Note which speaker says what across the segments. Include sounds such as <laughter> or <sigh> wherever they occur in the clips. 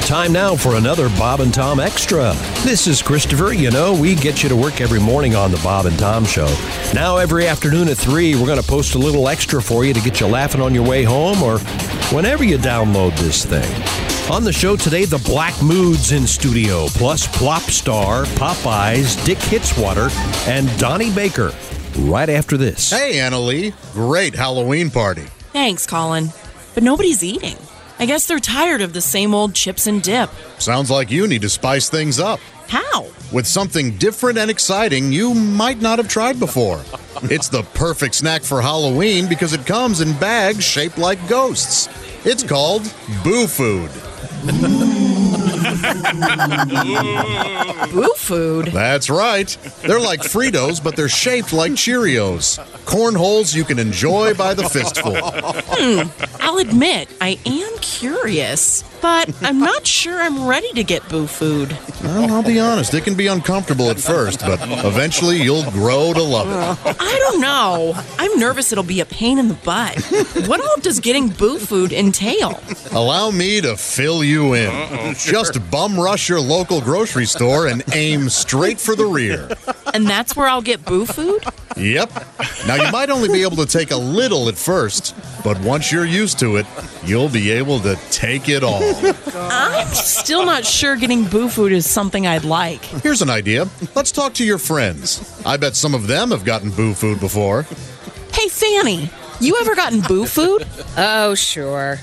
Speaker 1: Time now for another Bob and Tom Extra. This is Christopher. You know, we get you to work every morning on the Bob and Tom Show. Now, every afternoon at 3, we're going to post a little extra for you to get you laughing on your way home or whenever you download this thing. On the show today, the Black Moods in studio, plus Plop Star, Popeyes, Dick Hitswater, and Donnie Baker. Right after this.
Speaker 2: Hey, Anna Lee. Great Halloween party.
Speaker 3: Thanks, Colin. But nobody's eating. I guess they're tired of the same old chips and dip.
Speaker 2: Sounds like you need to spice things up
Speaker 3: How?
Speaker 2: with something different and exciting you might not have tried before. it's the perfect snack for Halloween because it comes in bags shaped like ghosts. It's called Boo Food.
Speaker 3: Boo food.
Speaker 2: That's right. They're like Fritos, but they're shaped like Cheerios. Cornholes you can enjoy by the fistful.
Speaker 3: I'll admit, I am curious, but I'm not sure I'm ready to get boo food.
Speaker 2: Well, I'll be honest, it can be uncomfortable at first, but eventually you'll grow to love it.
Speaker 3: I don't know. I'm nervous it'll be a pain in the butt. What all does getting boo food entail?
Speaker 2: Allow me to fill you in. <laughs> Just bum rush your local grocery store and aim straight for the rear.
Speaker 3: And that's where I'll get boo food?
Speaker 2: Yep. Now, you might only be able to take a little at first, but once you're used to it, you'll be able to take it all.
Speaker 3: I'm still not sure getting boo food is something I'd like.
Speaker 2: Here's an idea let's talk to your friends. I bet some of them have gotten boo food before.
Speaker 3: Hey, Fanny, you ever gotten boo food?
Speaker 4: Oh, sure.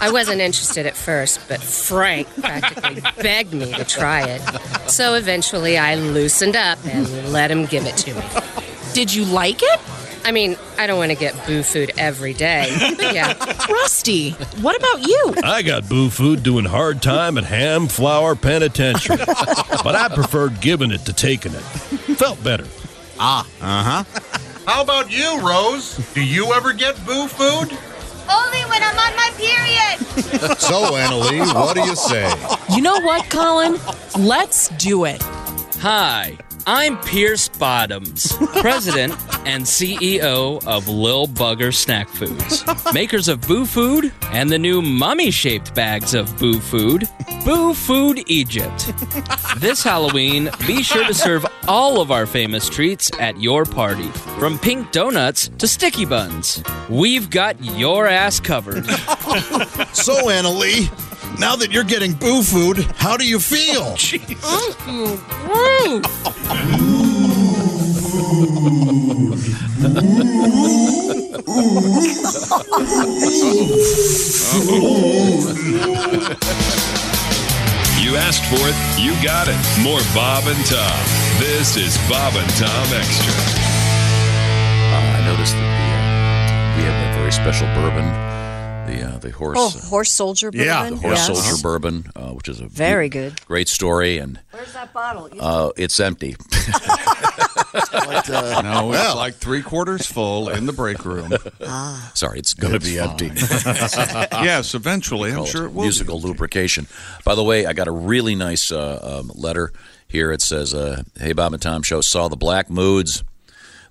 Speaker 4: I wasn't interested at first, but Frank practically begged me to try it. So eventually I loosened up and let him give it to me.
Speaker 3: Did you like it?
Speaker 4: I mean, I don't want to get boo food every day. But yeah,
Speaker 3: Rusty, what about you?
Speaker 1: I got boo food doing hard time at Ham Flower Penitentiary, but I preferred giving it to taking it. Felt better.
Speaker 5: How about you, Rose? Do you ever get boo food?
Speaker 6: Only when I'm on my period.
Speaker 2: So, Annalie, what do you say?
Speaker 3: You know what, Colin? Let's do it.
Speaker 7: Hi, I'm Pierce Bottoms, president and CEO of Lil Bugger Snack Foods, makers of Boo Food and the new mummy shaped bags of Boo Food, Boo Food Egypt. This Halloween, be sure to serve all of our famous treats at your party, from pink donuts to sticky buns. We've got your ass covered.
Speaker 2: So, Annalie, now that you're getting boo food, how do you feel?
Speaker 8: You asked for it, you got it. More Bob and Tom. This is Bob and Tom Extra.
Speaker 9: Uh, I noticed that the, uh, we have that very special bourbon, the uh, the horse
Speaker 10: Oh, horse soldier bourbon.
Speaker 2: Yeah, the
Speaker 10: Yes.
Speaker 9: horse soldier bourbon, uh, which is a
Speaker 10: Very good.
Speaker 9: great story, and
Speaker 10: Where's that bottle? You-
Speaker 9: uh, it's empty. <laughs>
Speaker 11: No, it's like three quarters full in the break room.
Speaker 9: Sorry, it's going to be empty.
Speaker 11: yes, eventually, I'm
Speaker 9: Call it
Speaker 11: sure it
Speaker 9: <laughs>
Speaker 11: will. be.
Speaker 9: musical lubrication. By the way, I got a really nice uh, um, letter here. It says, uh, "Hey Bob and Tom show saw the Black Moods.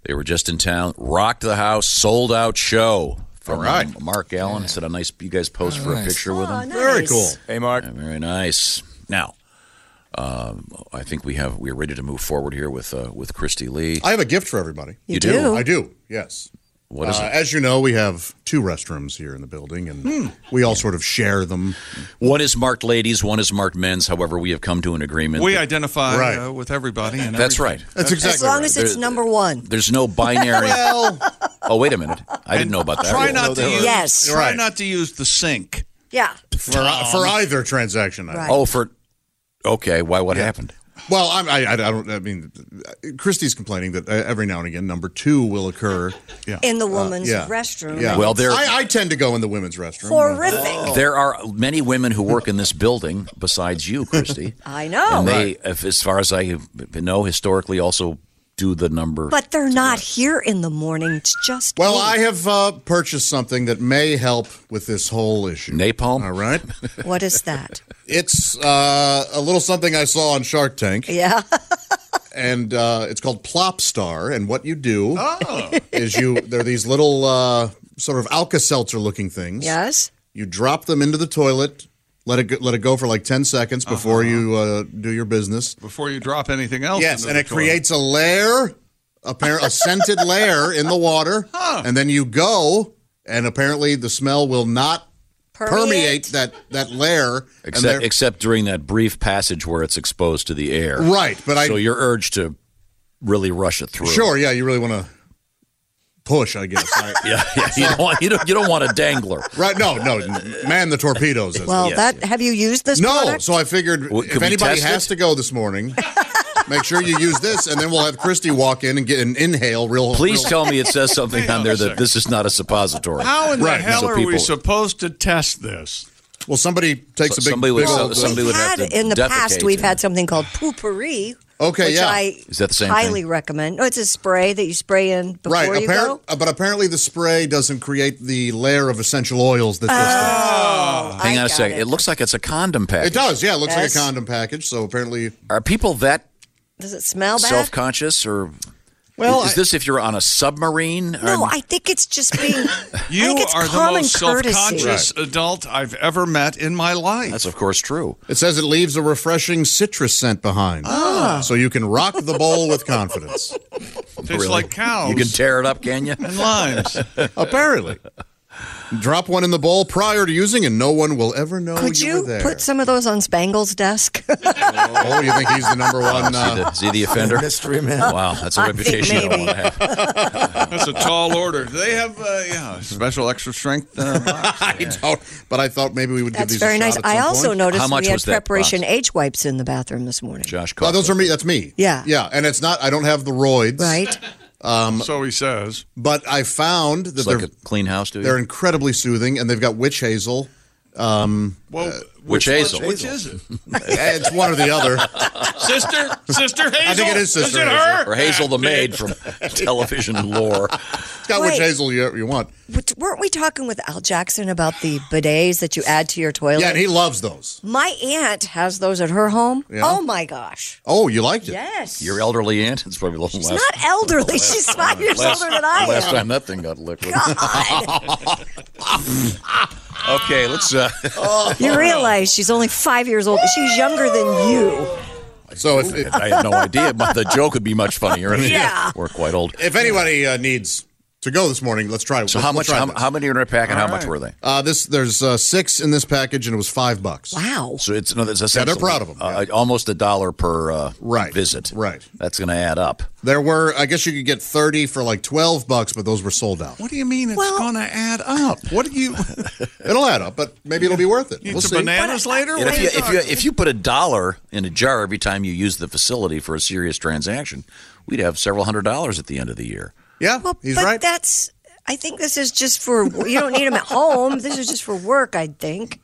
Speaker 9: They were just in town, rocked the house, sold out show." From
Speaker 2: All right.
Speaker 9: um, Mark Allen said a nice. You guys post for a picture with
Speaker 10: Oh,
Speaker 9: him.
Speaker 10: nice.
Speaker 2: Very cool.
Speaker 5: Hey, Mark.
Speaker 9: Yeah, very nice. Now, um, I think we have we're ready to move forward here with uh, with Christy Lee.
Speaker 2: I have a gift for everybody.
Speaker 10: You,
Speaker 9: you do.
Speaker 10: do.
Speaker 2: I do, yes.
Speaker 9: What is
Speaker 2: Uh,
Speaker 9: it?
Speaker 2: as you know, we have two restrooms here in the building, and we all sort of share them.
Speaker 9: One is marked ladies, one is marked men's. However, we have come to an agreement.
Speaker 11: We
Speaker 9: that-
Speaker 11: identify
Speaker 2: Right.
Speaker 11: uh, with everybody. And
Speaker 9: that's
Speaker 11: everything.
Speaker 9: right.
Speaker 2: That's exactly
Speaker 10: As long
Speaker 2: right.
Speaker 10: as it's
Speaker 9: There-
Speaker 10: number one.
Speaker 9: There's no
Speaker 10: <laughs>
Speaker 9: binary.
Speaker 2: well,
Speaker 9: oh, wait a minute. I didn't know about that.
Speaker 11: Try not to use.
Speaker 10: Yes.
Speaker 11: Try
Speaker 2: Right.
Speaker 11: not to use the sink.
Speaker 10: Yeah.
Speaker 2: for, for either transaction. I-
Speaker 10: Right.
Speaker 9: Oh, for okay. Why? What happened?
Speaker 2: Oh. Well, I'm, I, I don't. I mean, Christie's complaining that uh, every now and again, number two will occur. Yeah. Uh,
Speaker 10: In the woman's
Speaker 2: yeah.
Speaker 10: restroom.
Speaker 2: Yeah.
Speaker 9: Well, there-
Speaker 2: I, I tend to go in the women's restroom. Uh,
Speaker 10: Horrific.
Speaker 9: There are many women who work in this building besides you, Christy.
Speaker 10: <laughs> I know.
Speaker 9: And they, if, as far as I know, historically also do the number.
Speaker 10: But they're not here in the morning. It's just.
Speaker 2: Well,
Speaker 10: me.
Speaker 2: I have uh, purchased something that may help with this whole issue.
Speaker 9: napalm.
Speaker 2: All right.
Speaker 10: What is that?
Speaker 2: It's uh, a little something I saw on Shark Tank. <laughs>
Speaker 10: Yeah.
Speaker 2: and uh, it's called Plop Star. And what you do <laughs> is you they're these little uh, sort of Alka Seltzer looking things.
Speaker 10: Yes.
Speaker 2: You drop them into the toilet. Let it go, let it go for like ten seconds before you uh, do your business.
Speaker 11: Before you drop anything else.
Speaker 2: <laughs> yes,
Speaker 11: into
Speaker 2: and
Speaker 11: the
Speaker 2: it
Speaker 11: toilet.
Speaker 2: creates a layer, apparent
Speaker 9: <laughs>
Speaker 2: a scented layer in the water, and then you go, and apparently the smell will not permeate, that that layer. and there-
Speaker 9: Except, except during that brief passage where it's exposed to the air.
Speaker 2: Right, but I-
Speaker 9: So your urge to really rush it through.
Speaker 2: sure, yeah, you really want to push, I guess. right?
Speaker 9: <laughs> Yeah, yeah. You don't want you don't, you don't want a dangler.
Speaker 2: Right? No, no. Man the torpedoes. as
Speaker 10: Well,
Speaker 2: they say.
Speaker 10: that have you used this?
Speaker 2: no.
Speaker 10: product?
Speaker 2: So I figured
Speaker 9: Well, can
Speaker 2: if
Speaker 9: we
Speaker 2: anybody
Speaker 9: test
Speaker 2: has
Speaker 9: it?
Speaker 2: to go
Speaker 10: <laughs>
Speaker 2: this morning, make sure you use this, and then we'll have Christy walk in and get an inhale. Real.
Speaker 9: Please
Speaker 2: real-
Speaker 9: tell me it says something on there that this is not a suppository.
Speaker 11: How in
Speaker 9: Right.
Speaker 11: the hell
Speaker 9: So
Speaker 11: are we
Speaker 9: people-
Speaker 11: supposed to test this?
Speaker 2: Well, somebody takes
Speaker 9: So
Speaker 2: a big.
Speaker 9: somebody would
Speaker 2: big
Speaker 9: sell-
Speaker 2: old, uh,
Speaker 9: somebody would have
Speaker 10: had
Speaker 9: to
Speaker 10: in the past
Speaker 9: defecate
Speaker 10: we've
Speaker 9: in
Speaker 10: had something called poopery.
Speaker 2: Okay,
Speaker 10: which
Speaker 2: yeah.
Speaker 10: I
Speaker 9: Is that the same
Speaker 10: highly
Speaker 9: thing?
Speaker 10: recommend. No, it's a spray that you spray in before
Speaker 2: Right,
Speaker 10: you
Speaker 2: appar-
Speaker 10: go.
Speaker 2: uh, but apparently the spray doesn't create the layer of essential oils that this
Speaker 9: Hang on a second. It. looks like it's a condom
Speaker 2: does.
Speaker 9: package.
Speaker 2: It does, yeah. It looks
Speaker 10: Oh. Yes.
Speaker 2: like a condom package. So apparently,
Speaker 9: Are people that
Speaker 10: Does it smell bad?
Speaker 9: self conscious or
Speaker 10: Well,
Speaker 9: is
Speaker 10: I-
Speaker 9: this if you're on a submarine? Um,
Speaker 10: no,
Speaker 9: I'm-
Speaker 10: I think it's just being. I
Speaker 11: You
Speaker 10: think it's
Speaker 11: are the
Speaker 10: common
Speaker 11: most
Speaker 10: courtesy.
Speaker 11: self-conscious adult I've ever met in my life.
Speaker 9: That's of course true.
Speaker 2: it says it leaves a refreshing citrus scent behind. Ah. So you can rock the bowl
Speaker 10: <laughs>
Speaker 2: with confidence.
Speaker 11: Tastes
Speaker 9: Really?
Speaker 11: like cows.
Speaker 9: You can tear it up, can you?
Speaker 11: and limes.
Speaker 2: Apparently. Drop one in the bowl prior to using, and no one will ever know
Speaker 10: Could
Speaker 2: you,
Speaker 10: you
Speaker 2: were there.
Speaker 10: put some of those on Spangle's desk? <laughs>
Speaker 2: oh, you think he's the number one?
Speaker 9: Is he the,
Speaker 2: Uh, <laughs>
Speaker 9: is he the offender?
Speaker 12: Mystery man.
Speaker 9: Wow, that's a
Speaker 10: I think
Speaker 9: reputation I don't
Speaker 10: maybe.
Speaker 9: want to have.
Speaker 11: That's a tall order. They have uh, yeah, special extra strength. Uh, box.
Speaker 2: I don't. But I thought maybe we would give
Speaker 10: That's
Speaker 2: these
Speaker 10: very
Speaker 2: a shot
Speaker 10: nice.
Speaker 2: at
Speaker 10: I
Speaker 2: some
Speaker 10: also
Speaker 2: point.
Speaker 9: How
Speaker 10: noticed
Speaker 9: much
Speaker 10: we had
Speaker 9: was that
Speaker 10: preparation
Speaker 9: box?
Speaker 10: H wipes in the bathroom this morning.
Speaker 9: Josh
Speaker 2: Oh,
Speaker 9: Coughlin.
Speaker 2: those are me. That's me.
Speaker 10: Yeah.
Speaker 2: yeah. And it's not. I don't have the roids. Um,
Speaker 10: Right?
Speaker 11: so he says.
Speaker 2: But I found that
Speaker 9: It's
Speaker 2: they're
Speaker 9: like a clean house, dude.
Speaker 2: they're incredibly soothing, and they've got witch hazel.
Speaker 11: Well,
Speaker 9: which
Speaker 11: one-
Speaker 9: hazel?
Speaker 11: Which is it?
Speaker 2: Eh, it's one or the other.
Speaker 5: Sister, sister Hazel.
Speaker 2: I think it is
Speaker 5: Is
Speaker 2: Sister
Speaker 5: it
Speaker 2: Hazel.
Speaker 5: her?
Speaker 9: Or Hazel the maid from <laughs> television lore.
Speaker 2: It's got witch
Speaker 10: Wait.
Speaker 2: hazel you, you want.
Speaker 10: But weren't we talking with Al Jackson about the bidets that you add to your toilet?
Speaker 2: Yeah, and he loves those.
Speaker 10: My aunt has those at her home.
Speaker 2: Yeah.
Speaker 10: Oh my gosh.
Speaker 2: Oh, you liked it?
Speaker 10: Yes.
Speaker 9: Your elderly aunt. It's probably the
Speaker 10: She's
Speaker 9: last,
Speaker 10: not
Speaker 9: <laughs>
Speaker 10: elderly. She's five years
Speaker 9: last-
Speaker 10: older than I
Speaker 9: last
Speaker 10: am.
Speaker 9: time that thing got liquid. <laughs> okay, let's. Uh,
Speaker 10: <laughs> You realize she's only five years old. She's younger than you.
Speaker 2: So if, if,
Speaker 9: I had no idea, but the joke would be much funnier.
Speaker 10: <laughs> Yeah.
Speaker 9: <laughs> We're quite old.
Speaker 2: if anybody uh, needs to go this morning, let's try.
Speaker 9: So
Speaker 2: let's-
Speaker 9: how
Speaker 2: let's
Speaker 9: much?
Speaker 2: try
Speaker 9: How,
Speaker 2: this.
Speaker 9: how many are in a pack, and how much
Speaker 11: right.
Speaker 9: were they?
Speaker 2: Uh, this there's uh, six in this package, and it was five bucks.
Speaker 10: Wow.
Speaker 9: So it's no, it's
Speaker 2: they're
Speaker 9: essentially,
Speaker 2: proud of 'em,
Speaker 9: Uh, Almost a dollar per uh,
Speaker 2: Right,
Speaker 9: visit.
Speaker 2: right.
Speaker 9: That's going to add up.
Speaker 2: There were, I guess, you could get thirty for like twelve bucks, but those were sold out.
Speaker 11: What do you mean it's going to add up? What do you?
Speaker 2: It'll add up, but maybe it'll be worth it.
Speaker 11: Eat
Speaker 2: We'll
Speaker 11: some
Speaker 2: see.
Speaker 11: bananas later.
Speaker 9: And
Speaker 11: What
Speaker 9: if
Speaker 11: are
Speaker 9: you, if
Speaker 11: talking
Speaker 9: you if you put a dollar in a jar every time you use the facility for a serious transaction, we'd have several hundred dollars at the end of the year.
Speaker 2: Yeah,
Speaker 10: Well,
Speaker 2: he's
Speaker 10: but
Speaker 2: right.
Speaker 10: that's. I think this is just for you don't need them at home. This is just for work. I think.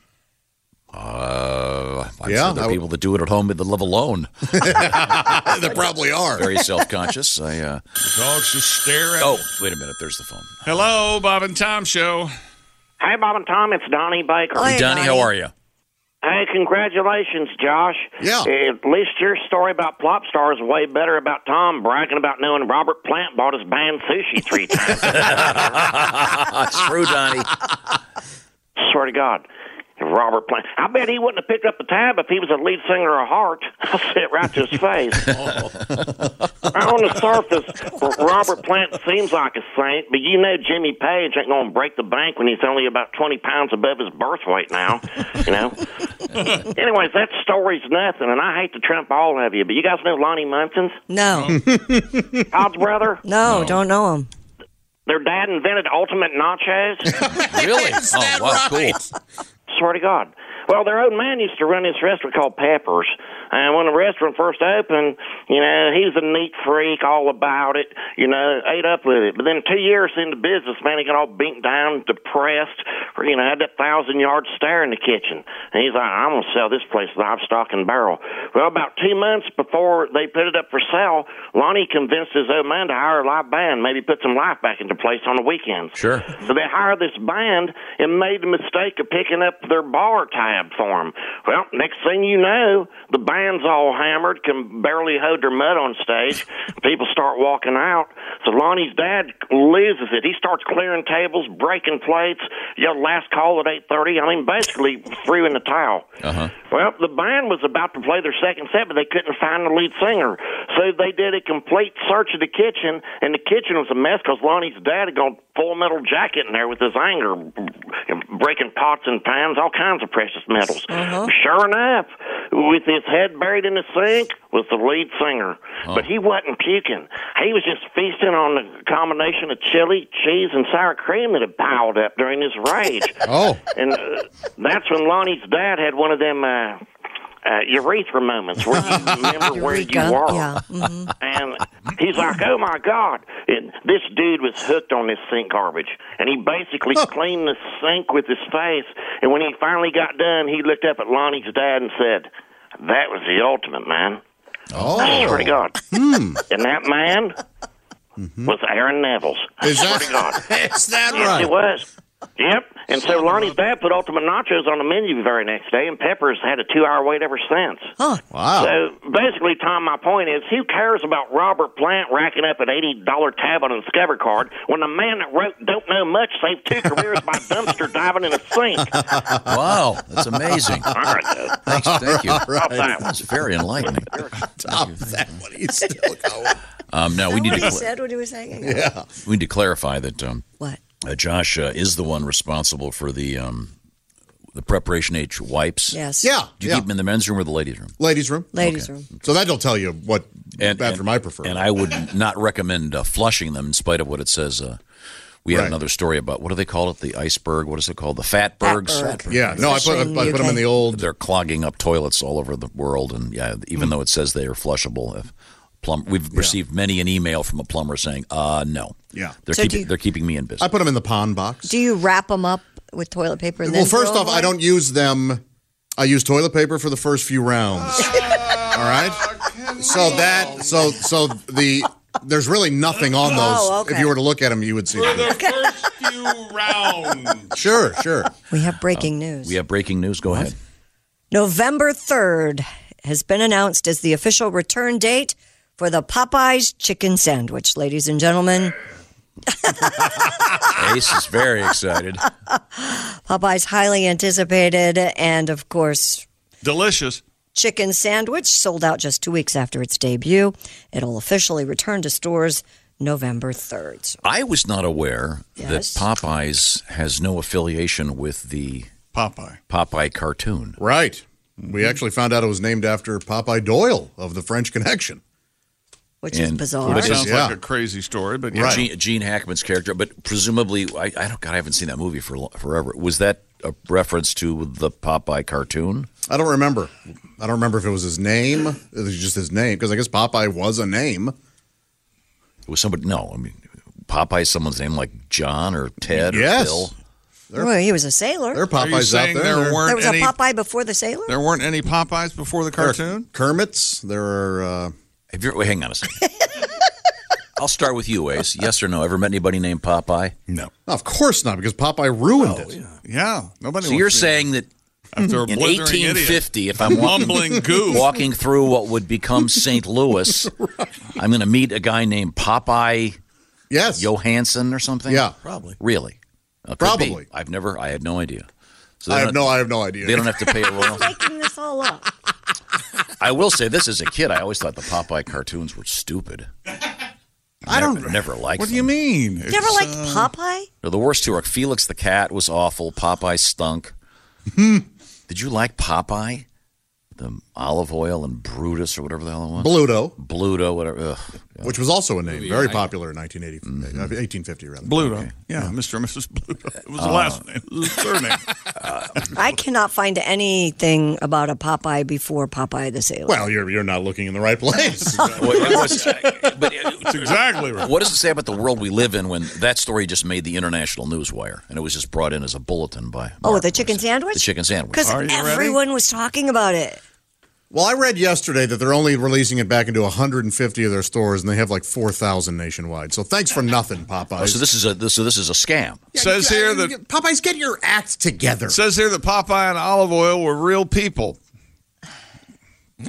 Speaker 9: Uh, I'm sure
Speaker 2: Yeah,
Speaker 9: there
Speaker 2: I
Speaker 9: are
Speaker 2: would-
Speaker 9: people that do it at home that live
Speaker 2: <laughs>
Speaker 9: alone.
Speaker 2: there probably are.
Speaker 9: Very self conscious. I uh,
Speaker 11: Dogs just stare at.
Speaker 9: oh wait a minute, there's the phone.
Speaker 11: Hello, Bob and Tom show.
Speaker 13: Hi, Bob and Tom. It's Donnie Baker.
Speaker 10: Hi,
Speaker 9: Donnie, how are you?
Speaker 13: Hey, congratulations, Josh.
Speaker 2: Yeah.
Speaker 13: At least your story about Plop Star is way better about Tom bragging about knowing Robert Plant bought his band sushi three times.
Speaker 9: That's
Speaker 10: <laughs>
Speaker 9: true, Donnie.
Speaker 13: Swear to God. If Robert Plant. I bet he wouldn't have picked up the tab if he was a lead singer of Heart. I'll say it right to his face. On the surface, Robert Plant seems like a saint, but you know Jimmy Page ain't going to break the bank when he's only about 20 pounds above his birth weight now, you know? Anyways, that story's nothing, and I hate to trump all of you, but you guys know Lonnie Munson's,
Speaker 10: No,
Speaker 13: Todd's brother?
Speaker 10: no, don't know them.
Speaker 13: Their dad invented ultimate nachos?
Speaker 9: Really? oh wow, cool.
Speaker 13: Swear to God. Well, their old man used to run this restaurant called Peppers. And when the restaurant first opened, you know, he was a neat freak, all about it, you know, ate up with it. But then two years into business, man, he got all bent down, depressed, or, you know, had that thousand yard stare in the kitchen. And he's like, I'm going to sell this place livestock and barrel. Well, about two months before they put it up for sale, Lonnie convinced his old man to hire a live band, maybe put some life back into place on the weekends.
Speaker 9: Sure.
Speaker 13: So they hired this band and made the mistake of picking up their bar tab slab for them. Well, next thing you know, the band's all hammered, can barely hold their mud on stage. People start walking out. So Lonnie's dad loses it. He starts clearing tables, breaking plates. Your last call at eight thirty. I mean, basically threw in the towel.
Speaker 9: Uh-huh.
Speaker 13: Well, the band was about to play their second set, but they couldn't find the lead singer. So they did a complete search of the kitchen, and the kitchen was a mess because Lonnie's dad had gone full metal jacket in there with his anger, breaking pots and pans, all kinds of precious metals. Sure enough, with his head buried in the sink was the lead singer. But he wasn't puking. He was just feasting on the combination of chili, cheese, and sour cream that had piled up during his rage.
Speaker 2: Oh.
Speaker 13: And uh, that's when Lonnie's dad had one of them uh, uh, urethra moments where
Speaker 2: <laughs>
Speaker 13: you remember where you were.
Speaker 10: Mm,
Speaker 13: And he's like, oh my God. And this dude was hooked on this sink garbage. And he basically cleaned the sink with his face. And when he finally got done, he looked up at Lonnie's dad and said, that was the ultimate, man.
Speaker 2: Oh. Hmm.
Speaker 13: I swear to God. And that man was Aaron Neville's.
Speaker 2: Mm-hmm. Is
Speaker 13: I swear to God.
Speaker 2: Is that
Speaker 13: yes,
Speaker 2: right?
Speaker 13: it was. Yep. And so Lonnie's dad put ultimate nachos on the menu the very next day, and Pepper's had a two hour wait ever since.
Speaker 2: Wow.
Speaker 13: So basically, Tom, my point is who cares about Robert Plant racking up an $80 tab on a Discover card when the man that wrote Don't Know Much saved two careers
Speaker 2: <laughs>
Speaker 13: by dumpster diving in a sink?
Speaker 9: Wow, that's amazing.
Speaker 13: All right, though.
Speaker 9: Thanks, thank you.
Speaker 2: <laughs> All right.
Speaker 9: That's very enlightening.
Speaker 2: Top that one. He's still going.
Speaker 9: Um, no, we need
Speaker 10: what
Speaker 9: to
Speaker 10: he
Speaker 9: cl-
Speaker 10: said when he was hanging out?
Speaker 2: Yeah.
Speaker 9: we need to clarify that um,
Speaker 10: What?
Speaker 9: uh, Josh uh, is the one responsible for the um, the preparation H wipes.
Speaker 10: Yes.
Speaker 2: Yeah.
Speaker 9: Do you
Speaker 2: yeah.
Speaker 9: keep them in the men's room or the ladies' room?
Speaker 2: Ladies' room.
Speaker 10: Ladies' room.
Speaker 2: So that'll tell you what
Speaker 9: And-
Speaker 2: bathroom I prefer.
Speaker 9: And I would <laughs> not recommend uh, flushing them, in spite of what it says. Uh, we had
Speaker 2: Right.
Speaker 9: another story about what do they call it? The iceberg. What is it called? The fatbergs.
Speaker 10: Fatberg.
Speaker 2: yeah. No, I put, I
Speaker 10: Especially in the
Speaker 2: put them in the
Speaker 10: UK.
Speaker 2: old.
Speaker 9: They're clogging up toilets all over the world, and yeah, even
Speaker 10: Hmm.
Speaker 9: though it says they are flushable, if plum, we've received many an email from a plumber saying, "Uh, no,
Speaker 2: Yeah.
Speaker 9: they're
Speaker 10: So do
Speaker 9: keeping
Speaker 10: you-
Speaker 9: they're keeping me in
Speaker 2: I
Speaker 9: business."
Speaker 2: put them in the pond box.
Speaker 10: Do you wrap them up with toilet paper? And
Speaker 2: well,
Speaker 10: then
Speaker 2: first
Speaker 10: throw
Speaker 2: off,
Speaker 10: them
Speaker 2: I don't use them. I use toilet paper for the first few rounds.
Speaker 5: <laughs>
Speaker 2: all right. So that so so the there's really nothing on those.
Speaker 10: Oh, okay.
Speaker 2: If you were to look at them, you would see.
Speaker 5: For
Speaker 2: them.
Speaker 5: the first few rounds.
Speaker 2: Sure, sure.
Speaker 10: We have breaking
Speaker 2: Oh. <laughs>
Speaker 10: news.
Speaker 9: we have breaking news. Go ahead.
Speaker 10: November 3rd has been announced as the official return date for the Popeyes chicken sandwich, ladies and gentlemen.
Speaker 9: Ace is very <laughs> excited.
Speaker 10: Popeyes highly anticipated and of course
Speaker 11: Delicious.
Speaker 10: chicken sandwich sold out just 2 weeks after its debut. It'll officially return to stores November 3rd.
Speaker 7: <laughs>
Speaker 10: So
Speaker 9: I was not aware
Speaker 10: Yes.
Speaker 9: that Popeyes has no affiliation with the
Speaker 11: Popeye.
Speaker 9: Popeye cartoon.
Speaker 2: Right. We actually found out it was named after Popeye Doyle of the French Connection.
Speaker 10: which is
Speaker 9: And-
Speaker 10: bizarre.
Speaker 9: What
Speaker 11: Which
Speaker 9: is-
Speaker 11: sounds
Speaker 2: yeah.
Speaker 11: like a crazy story, but yeah.
Speaker 2: Right.
Speaker 9: Gene, Gene Hackman's character, but presumably, I, I don't. God, I haven't seen that movie for lo- forever. Was that a reference to the Popeye cartoon?
Speaker 2: I don't remember. I don't remember if it was his name. It was just his name because I guess Popeye was a name.
Speaker 9: It was somebody. No, I mean Popeye's someone's name, like John or Ted
Speaker 2: Yes.
Speaker 9: or Bill.
Speaker 10: well, he was a sailor.
Speaker 2: There are
Speaker 11: Are
Speaker 2: Popeyes
Speaker 11: you
Speaker 2: out
Speaker 11: saying
Speaker 2: there.
Speaker 11: there weren't-
Speaker 10: there was
Speaker 11: any-
Speaker 10: a Popeye before the sailor?
Speaker 11: There weren't any Popeyes before the
Speaker 2: There are
Speaker 11: cartoon?
Speaker 2: Kermits. There are. Uh,
Speaker 9: Have you? Wait, hang on a second. <laughs> I'll start with you, Ace. Yes or no? Ever met anybody named Popeye?
Speaker 2: no, of course not because Popeye ruined it.
Speaker 11: Yeah. Nobody
Speaker 9: So
Speaker 11: wants
Speaker 9: you're
Speaker 11: to-
Speaker 9: saying that
Speaker 11: after a
Speaker 9: in
Speaker 11: blithering
Speaker 9: 1850,
Speaker 11: idiot.
Speaker 9: if I'm walking,
Speaker 11: mumbling goo.
Speaker 9: walking through what would become St. Louis,
Speaker 11: <laughs>
Speaker 9: I'm going to meet a guy named Popeye
Speaker 2: Yes.
Speaker 9: Johansson or something.
Speaker 2: Yeah. Probably.
Speaker 9: Really? Uh, could be.
Speaker 2: Probably.
Speaker 9: I've never. I had no idea. So they
Speaker 2: I have
Speaker 9: don't-
Speaker 2: no. I have no idea.
Speaker 9: They don't have to pay
Speaker 11: <laughs>
Speaker 9: a royalty.
Speaker 10: Making this all up.
Speaker 9: I will say this: as a kid, I always thought the Popeye cartoons were stupid. I don't never liked.
Speaker 11: What do you
Speaker 9: them.
Speaker 11: mean?
Speaker 10: Never
Speaker 11: It's,
Speaker 10: liked
Speaker 11: uh,
Speaker 10: Popeye?
Speaker 9: No, the worst two are Felix the Cat was awful. Popeye stunk.
Speaker 11: Hmm.
Speaker 9: Did you like Popeye? The olive oil and Brutus or whatever the hell it was.
Speaker 2: Bluto,
Speaker 9: Bluto, whatever. Ugh.
Speaker 2: which was also a name, very popular in 1980,
Speaker 9: Mm-hmm.
Speaker 2: uh, 1850 rather.
Speaker 11: Bluto. Yeah, Mr. and Mrs. Bluto. It was the last name. It was the surname.
Speaker 10: I cannot find anything about a Popeye before Popeye the Sailor.
Speaker 2: Well, you're you're not looking in the right place. <laughs>
Speaker 9: What- what
Speaker 11: <laughs>
Speaker 9: was- but uh,
Speaker 11: That's exactly right.
Speaker 9: what does it say about the world we live in when that story just made the international news wire and it was just brought in as a bulletin by?
Speaker 10: oh,
Speaker 9: Mark
Speaker 10: the chicken
Speaker 9: Mason.
Speaker 10: sandwich?
Speaker 9: The chicken sandwich.
Speaker 10: Because
Speaker 11: Are you ready?
Speaker 10: everyone was talking about it.
Speaker 2: Well, I read yesterday that they're only releasing it back into 150 of their stores, and they have like 4,000 nationwide. So thanks for nothing, Popeyes.
Speaker 9: Oh, so this is a this, so this is a scam.
Speaker 11: says here that
Speaker 2: Popeyes get your act together.
Speaker 11: Says here that Popeye and olive oil were real people.